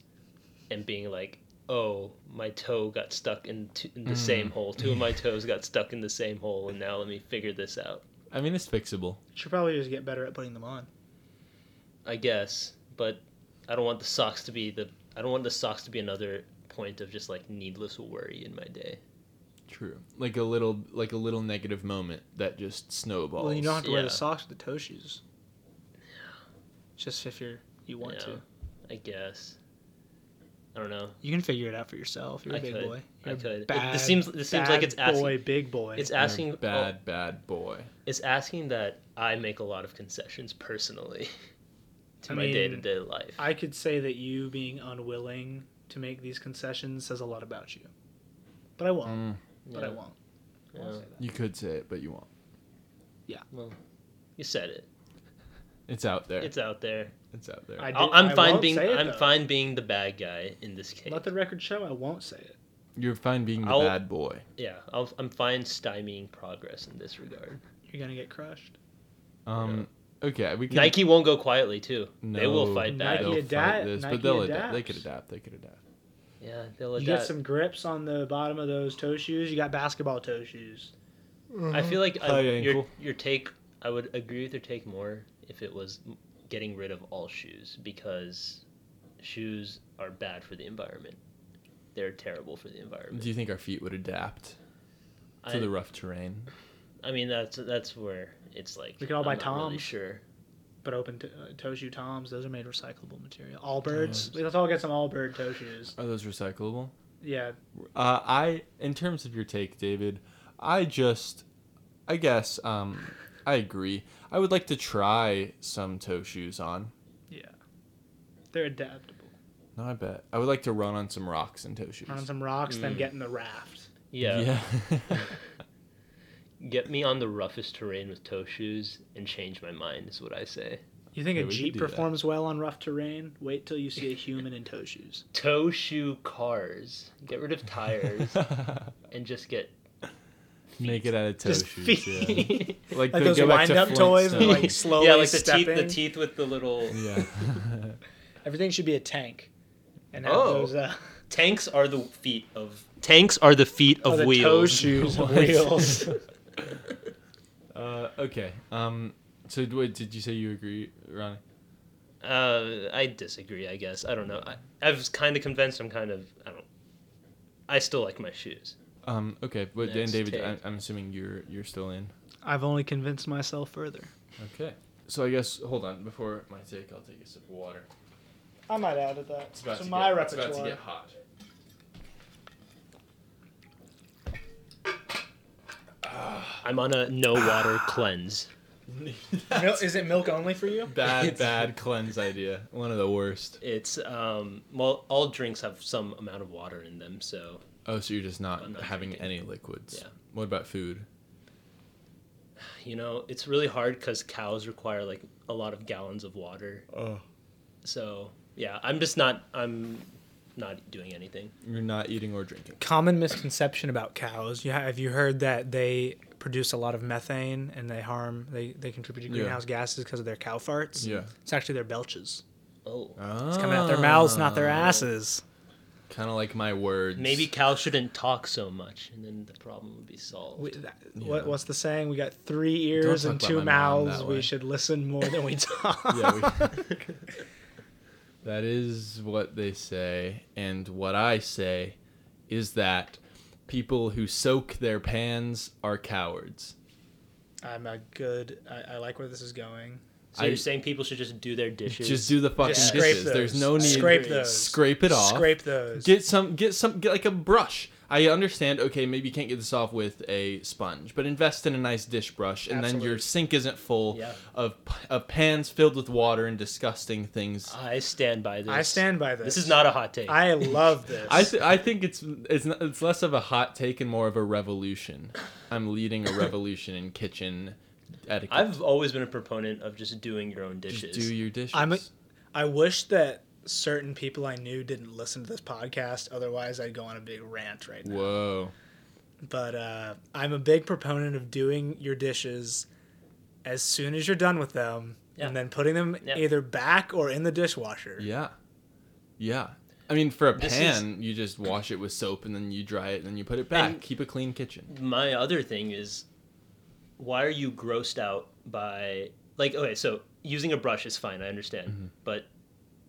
and being like, "Oh, my toe got stuck in, t-
Mm.
in the same hole. Two of
[LAUGHS]
my toes got stuck in the same hole, and now let me figure this out."
I mean, it's fixable.
Should probably just get better at putting them on.
I guess, but I don't want the socks to be the I don't want the socks to be another point of just like needless worry in my day.
True. Like a little, like a little negative moment that just snowballs.
Well, you don't have to wear the
Yeah.
socks with the toe shoes. Just if you're you want
Yeah.
to,
I guess. I don't know.
you can figure it out for yourself. You're a
I
big
could.
boy.
I
You're a
could. It-
Bad,
this seems- this seems like
bad
it's asking-
boy, big boy.
It's
You're a
asking oh,
bad, bad boy.
It's asking that I make a lot of concessions personally [LAUGHS] to
I
my
mean,
day to day life.
I could say that you being unwilling to make these concessions says a lot about you. But I won't.
Mm.
But I
Yeah,
won't. I
yeah.
won't say that.
You could say it, but you won't.
You said it.
It's out there. It's,
It's out there.
out there.
I
I'll,
did-
I'm
I
fine
won't
being
say it,
I'm
though.
fine being the bad guy in this case.
Let the record show I won't say it.
You're fine being the
I'll-
bad boy.
yeah, I'll, I'm fine stymieing progress in this regard.
You're gonna get crushed.
Um. Okay, we can.
Nike won't go quietly too. they will
No,
fight back.
Nike
they'll fight
adapt-
this,
Nike
but they'll adapt. They
adapts.
could adapt. They could adapt.
Yeah, they'll
You
adapt.
get some grips on the bottom of those toe shoes. You got basketball toe shoes.
I
Mm-hmm.
feel like I,
High
your
ankle.
your take. I would agree with your take more if it was m- getting rid of all shoes because shoes are bad for the environment. They're terrible for the environment.
Do you think our feet would adapt to
I,
the rough terrain?
I mean, that's that's where it's like
We can all
I'm
buy
not really
Toms.
sure.
But open to, uh, toe shoe toms. Those are made of recyclable material. Allbirds. Let's all get some Allbird toe shoes.
Are those recyclable?
Yeah.
Uh, I, in terms of your take, David, I just, I guess, um, I agree. I would like to try some toe shoes on.
Yeah. They're adaptable.
No, I bet. I would like to run on some rocks in toe shoes.
Run on some rocks, then
Mm.
get in the raft.
yeah.
yeah.
[LAUGHS] Get me on the roughest terrain with toe shoes and change my mind is what I say.
You think
Yeah,
a
we could
jeep
do that.
performs well on rough terrain? Wait till you see a human in toe shoes.
Toe shoe cars. Get rid
[LAUGHS]
of tires and just get
Make it out of toe
Just
shoes.
[LAUGHS]
Yeah.
[LAUGHS] feet.
Like,
Like
the-
those
go back
wind
to
up toys with
Flintstones.
like slowly
yeah, like the
stepping.
teeth, the teeth with the little
[LAUGHS] yeah. [LAUGHS]
Everything should be a tank. And have
Oh.
those uh,
tanks are the feet of tanks are the feet
[LAUGHS]
of
oh, the toe
[LAUGHS]
[LAUGHS]
wheels.
shoes of wheels.
Uh, okay. Um. So d- wait, did you say you agree, Ronnie?
[LAUGHS] Uh, I disagree. I guess I don't know. I, I was kind of convinced. I'm kind of I don't. I still like my shoes.
Um. Okay. But and
Next
David,
take.
I'm, I'm assuming you're you're still in.
I've only convinced myself further.
Okay. So I guess hold on before my take, I'll take a sip of water.
I might add at that.
It's about
to
to
my
get,
repertoire.
It's about to get hot.
I'm on a no [SIGHS] water cleanse.
Mil- is it milk only for you?
Bad, bad cleanse idea. One of the worst.
It's um well all drinks have some amount of water in them, so
Oh, so you're just not,
I'm not
having
drinking.
any liquids.
Yeah.
What about food?
you know it's really hard because cows require like a lot of gallons of water.
Oh.
So yeah, I'm just not I'm not doing anything.
You're not eating or drinking.
Common misconception about cows. You ha- have you heard that they produce a lot of methane and they harm they, they contribute to
Yeah.
greenhouse gases because of their cow farts?
Yeah.
It's actually their belches.
Oh,
It's coming out their mouths, not their
Ah.
asses.
Kind of Ah, like my words.
maybe cows shouldn't talk so much, and then the problem would be solved.
We, that,
Yeah.
what, what's the saying? We got three ears
talk
and
about
two
my mom
mouths.
that
We
way.
should listen more than
[LAUGHS]
we talk.
yeah, we, [LAUGHS] that is what they say, and what I say is that people who soak their pans are cowards.
I'm a good. I, I like where this is going.
so
I-
you're saying people should just do their dishes?
Just do the fucking
Just scrape
dishes.
those.
There's no need.
Scrape those.
Scrape it off.
Scrape those.
Get some. Get some. Get like a brush. I understand. Okay, maybe you can't get this off with a sponge, but invest in a nice dish brush, and then your
Absolutely.
sink isn't full
Yeah.
of p- of pans filled with water and disgusting things.
I stand by this.
I stand by this.
This is not a hot take.
I love this.
I, th- I think it's it's not, it's less of a hot take and more of a revolution. I'm leading a revolution in kitchen etiquette.
I've always been a proponent of just doing your own dishes.
just do your dishes.
I'm a- I wish that certain people I knew didn't listen to this podcast. Otherwise, I'd go on a big rant right now.
Whoa.
But uh, I'm a big proponent of doing your dishes as soon as you're done with them,
Yeah.
and then putting them
Yeah.
either back or in the dishwasher.
Yeah. Yeah. I mean, for a
This
pan, you just wash it with soap and then you dry it and then you put it back.
And-
Keep a clean kitchen.
My other thing is, why are you grossed out by like? Okay, so using a brush is fine. I understand,
Mm-hmm.
but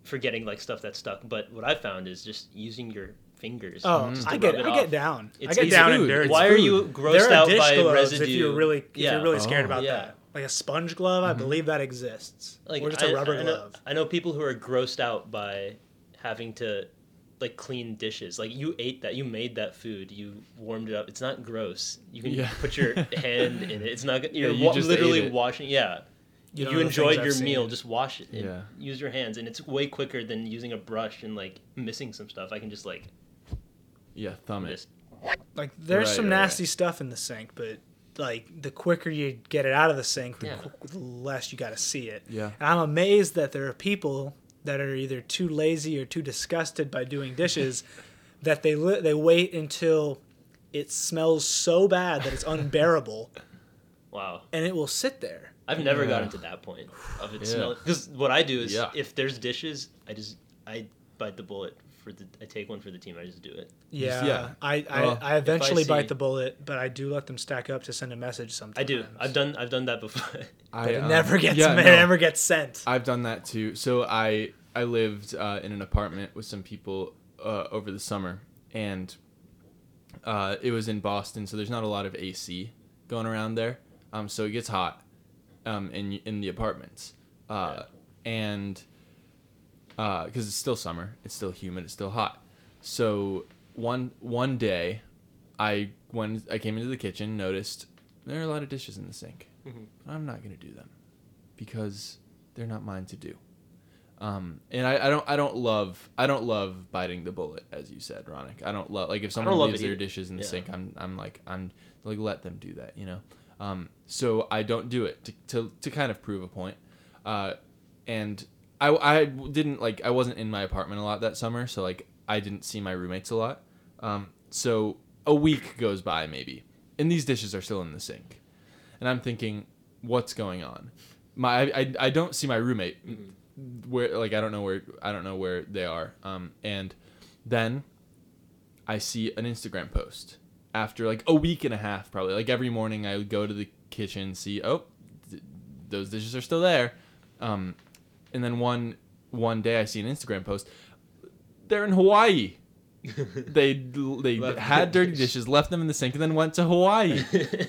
forgetting like stuff that's stuck. But what I found is just using your fingers.
Oh,
Mm-hmm.
just to
I get
rub it
I
off.
get down. I
It's-
get
it's
down
food.
and dirty.
It's
Why are you
food.
grossed out by
gloves
residue?
if you're really if
yeah.
you're really scared
Oh. Mm-hmm.
about
Yeah.
that. Like a sponge glove, I believe that exists.
like
or just a
I-
rubber
I know,
glove.
I know people who are grossed out by having to like clean dishes. Like you ate that, you made that food, you warmed it up. It's not gross. You can
Yeah.
[LAUGHS]
put your hand in it. It's not. You're
you
wa-
just ate
literally
it.
washing. Yeah.
You
You,
don't know the
enjoyed
things I've
your
seen.
meal. Just wash it. And
Yeah.
Use your hands, and it's way quicker than using a brush and like missing some stuff. I can just like
Yeah, thumb it.
just
Like there's
Right,
some
right, right.
nasty stuff in the sink, but like the quicker you get it out of the sink, the,
Yeah.
qu- the less you got to see it.
Yeah.
And I'm amazed that there are people that are either too lazy or too disgusted by doing
[LAUGHS]
dishes that they li- they wait until it smells so bad
[LAUGHS]
that it's unbearable
wow.
and it will sit there.
I've never gotten
Yeah.
to that point of it
[SIGHS]
Yeah.
smelling. Because what I do is,
Yeah.
if there's dishes, I just I bite the bullet for the. I take one for the team. I just do it.
Yeah,
yeah.
I, I,
Well,
I eventually
see-
bite the bullet, but I do let them stack up to send a message sometimes.
I do. I've done. I've done that before. [LAUGHS]
I,
But it
um,
never gets
yeah,
it
no.
never gets sent.
I've done that too. So I I lived uh, in an apartment with some people uh, over the summer, and uh, it was in Boston. So there's not a lot of AC going around there. Um, so it gets hot, um, in in the apartments, uh, and because Uh, it's still summer, it's still humid, it's still hot. So one one day, I when I came into the kitchen, noticed there are a lot of dishes
Mm-hmm.
in the sink. I'm not gonna do them because they're not mine to do. Um, and I, I don't I don't love I don't love biting the bullet as you said, Ronick. I don't love like if someone
love
leaves
it
their
either.
dishes in the
Yeah.
sink, I'm I'm like I'm like let them do that, you know. Um, so I don't do it to to, to kind of prove a point. Uh, and I I didn't like I wasn't in my apartment a lot that summer, so like I didn't see my roommates a lot. Um, so a week goes by maybe, and these dishes are still in the sink, and I'm thinking, what's going on? My I, I, I don't see my roommate where like I don't know where I don't know where they are. Um, and then I see an Instagram post after like a week and a half probably. Like every morning I would go to the kitchen, see oh th- those dishes are still there. Um, and then one one day I see an Instagram post. They're in Hawaii. They they
Left
had
their
dirty
dish.
dishes, left them in the sink, and then went to
[LAUGHS]
Hawaii.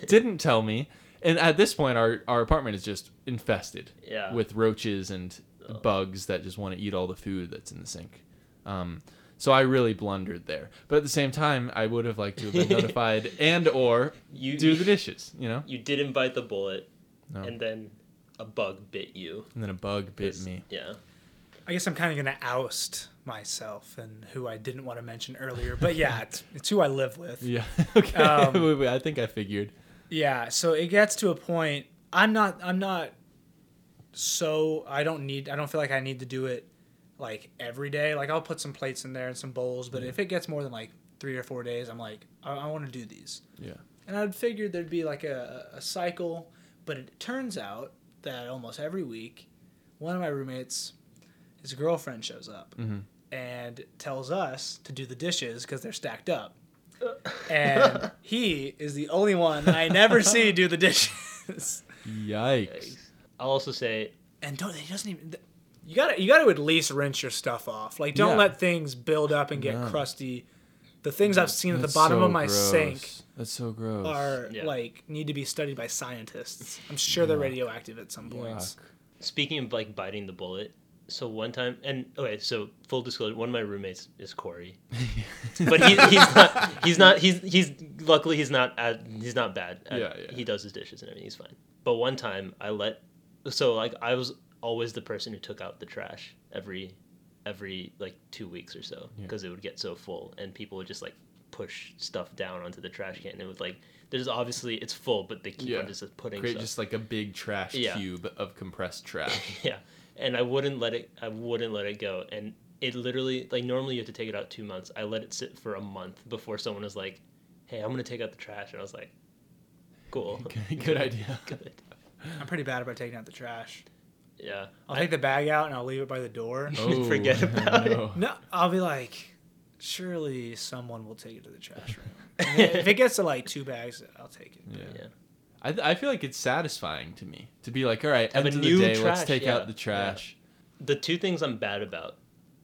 Didn't tell me. And at this point, our, our apartment is just infested
Yeah.
with roaches and bugs that just want to eat all the food that's in the sink. Um, so I really blundered there. But at the same time, I would have liked to have been notified and or
You
do the dishes, you know?
You did invite the bullet,
No.
and then a bug bit you.
And then a bug bit me.
Yeah.
I guess I'm kind of gonna oust myself and who I didn't want to mention earlier, but yeah, it's, it's who I live with.
Yeah. [LAUGHS] okay.
Um,
Wait, wait, I think I figured.
Yeah, so it gets to a point. I'm not. I'm not. So I don't need. I don't feel like I need to do it like every day. Like I'll put some plates in there and some bowls, but if it gets more than like three or four days, I'm like, I, I want to do these.
Yeah.
And I'd figured there'd be like a, a cycle, but it turns out that almost every week, one of my roommates, his girlfriend shows up
Mhm.
and tells us to do the dishes because they're stacked up. And he is the only one I never see do the dishes.
Yikes.
I'll also say
And don't he doesn't even. You gotta you gotta at least rinse your stuff off. Like don't
Yeah.
let things build up and get
No.
crusty. The things I've seen at the
That's
bottom
so
of my
gross.
sink
That's so gross. [LAUGHS]
[LAUGHS] are
Yeah.
like need to be studied by scientists. I'm sure they're radioactive at some points.
Yuck.
speaking of like biting the bullet so one time and okay so full disclosure one of my roommates is corey [LAUGHS] but he, he's not he's not he's he's luckily he's not at, he's not bad at-
Yeah, yeah.
he does his dishes and everything he's fine but one time i let so like i was always the person who took out the trash every every like two weeks or so
Yeah.
because it would get so full and people would just like push stuff down onto the trash can and it would like there's obviously it's full but they keep
Yeah.
on just like, putting [LAUGHS]
Create
stuff
just like a big trash
Yeah.
cube of compressed trash.
yeah and i wouldn't let it i wouldn't let it go and it literally like normally you have to take it out two months i let it sit for a month before someone was like hey i'm gonna take out the trash and i was like cool
[LAUGHS]
[LAUGHS]
Good idea.
good
I'm pretty bad about taking out the trash. [LAUGHS]
yeah [LAUGHS]
I'll take the bag out and I'll leave it by the door.
[LAUGHS]
Oh. [LAUGHS]
Forget about it.
No, I'll be like, surely someone will take it to the trash room. And then if it gets to like two bags, I'll take it.
Yeah.
Yeah.
I, th- I feel like it's satisfying to me to be like, all right,
Have
end
a
of the
new
day, let's
trash,
take
yeah,
out the trash.
the two things i'm bad about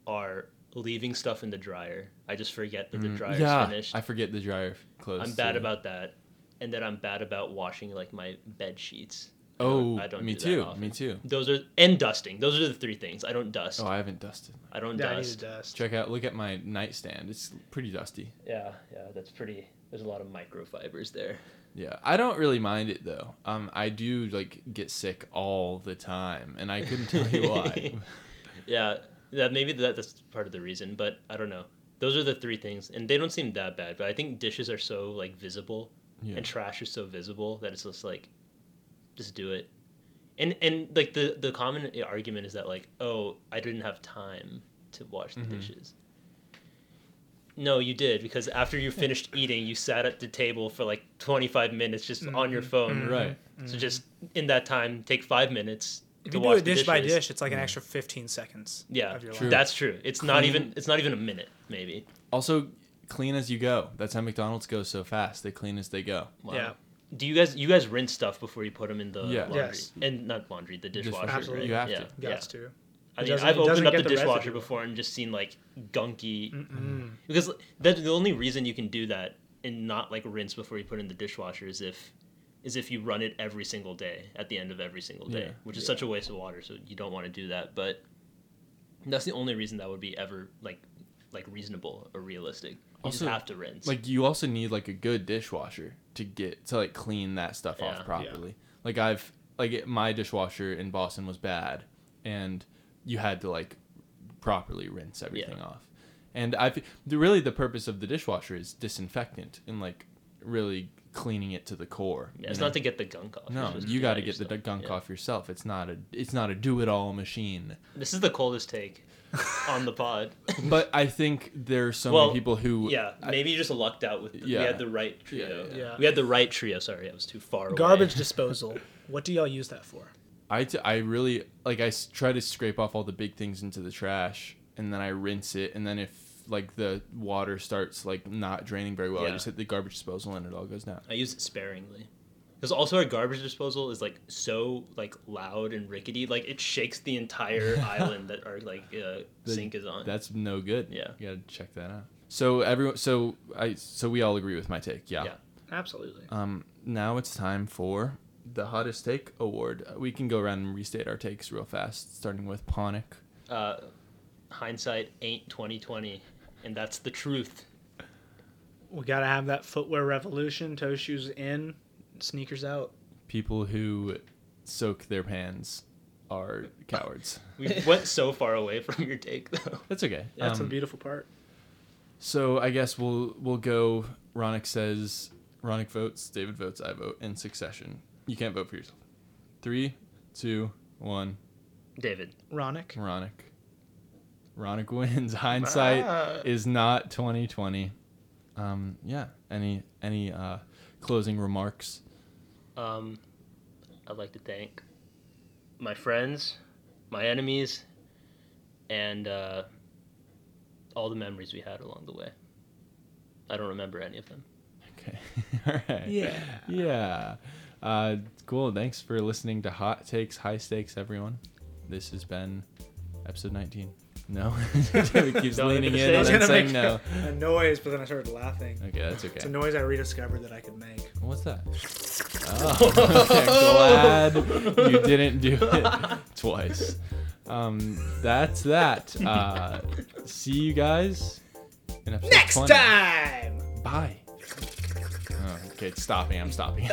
are leaving stuff in the dryer i just forget that the dryer's
Mm-hmm. Mm, yeah,
finished
I forget the dryer clothes.
i'm bad about that and then i'm bad about washing like my bed sheets I
Oh,
don't- I don't
me
do that
too.
often.
Me too.
those are and dusting those are the three things i don't dust
Oh, I haven't dusted.
i don't
Yeah, I need to
dust
dust.
Check out. Look at my nightstand. It's pretty dusty.
Yeah, yeah, that's pretty. There's a lot of microfibers there.
Yeah, I don't really mind it though. Um, I do like get sick all the time, and I couldn't tell you
[LAUGHS]
why.
[LAUGHS] Yeah, that maybe that, that's part of the reason, but I don't know. Those are the three things, and they don't seem that bad. But I think dishes are so like visible,
Yeah.
and trash is so visible that it's just like, just do it. And and like the the common argument is that like, oh, I didn't have time to wash the
Mhm.
dishes. No, you did because after you finished eating, you sat at the table for like 25 minutes just
Mm-hmm.
on your phone,
right.
So just in that time, take five minutes
If
to
you do
wash
it
the
dish by
dishes.
dish, it's like an extra 15 seconds.
Yeah,
of your
True.
life.
that's true. It's not
Clean-
even it's not even a minute, maybe.
Also, clean as you go. That's how McDonald's goes so fast. They clean as they go.
Wow.
Yeah.
Do you guys you guys rinse stuff before you put them in the
Yeah.
laundry
Yes.
and not laundry the dishwasher?
Dishwasher,
Right?
Absolutely.
You have
yeah.
to.
Yeah.
Yes, too.
I mean,
doesn't-
I've
it doesn't
opened up
get
the,
the
dishwasher
residue.
before and just seen like gunky
Mm-mm.
because that's the only reason you can do that and not like rinse before you put it in the dishwasher is if is if you run it every single day at the end of every single day,
Yeah.
which is such a waste of water. So you don't want to do that, but that's the only reason that would be ever like like reasonable or realistic. You
Also,
just have to rinse.
Like you also need like a good dishwasher to get to like clean that stuff
Yeah.
off properly. Like I've like it, my dishwasher in Boston was bad, and you had to like properly rinse everything off. And I fe- the, really the purpose of the dishwasher is disinfectant and like really cleaning it to the core.
Yeah,
you
it's
know?
not to get the gunk off. You're
no,
supposed
you
do that
got to get the
yourself.
gunk
Yeah.
off yourself. It's not a it's not a do it all machine.
This is the coldest take
[LAUGHS]
on the pod.
but I think there are so
Well,
many people who
[LAUGHS]
[LAUGHS]
Yeah, maybe you just lucked out with. We
Yeah.
had the right trio.
yeah,
yeah. Yeah.
We had the right trio. Sorry, I was too far away.
Garbage disposal. What do y'all use that for?
I, t- I really like I s- try to scrape off all the big things into the trash and then I rinse it and then if like the water starts like not draining very well I
Yeah.
just hit the garbage disposal and it all goes down.
I use it sparingly. Because also our garbage disposal is like so like loud and rickety, like it shakes
[LAUGHS]
the entire island that our like uh,
The-
sink is on.
That's no good.
Yeah.
You got to check that out. So everyone so I so we all agree with my take. Yeah.
Yeah.
Absolutely.
Um now it's time for the hottest take award. Uh, We can go around and restate our takes real fast starting with Ponic.
Uh, hindsight ain't twenty twenty, and that's the truth.
We gotta have that footwear revolution. Toe shoes in, sneakers out.
People who soak their pans are cowards. [LAUGHS]
We went so far away from your take though.
That's okay.
That's
Um,
a beautiful part.
So I guess we'll we'll go. Ronick says Ronick votes. David votes. I vote in succession. You can't vote for yourself. Three, two, one.
David.
Ronick.
Ronick. Ronick wins. [LAUGHS] Hindsight
Ah.
is not twenty twenty. Um, yeah. Any any uh, closing remarks?
Um, I'd like to thank my friends, my enemies, and uh, all the memories we had along the way. I don't remember any of them.
Okay. [LAUGHS] All right.
Yeah.
Yeah. Uh, cool. Thanks for listening to Hot Takes, High Stakes, everyone. This has been episode 19. No. [LAUGHS] David keeps
No, I was
leaning
gonna
in
say- I
and
was
then
gonna
saying no.
[LAUGHS] a noise, but then I started laughing.
Okay, that's
It's a
okay.
noise I rediscovered that I could make.
What's
[LAUGHS]
that? Oh, [LAUGHS] glad you didn't do it [LAUGHS] twice. Um, that's that. Uh, see you guys in episode
Next
20.
time.
[LAUGHS]
[LAUGHS]
Bye. Oh, okay, it's stopping. I'm stopping.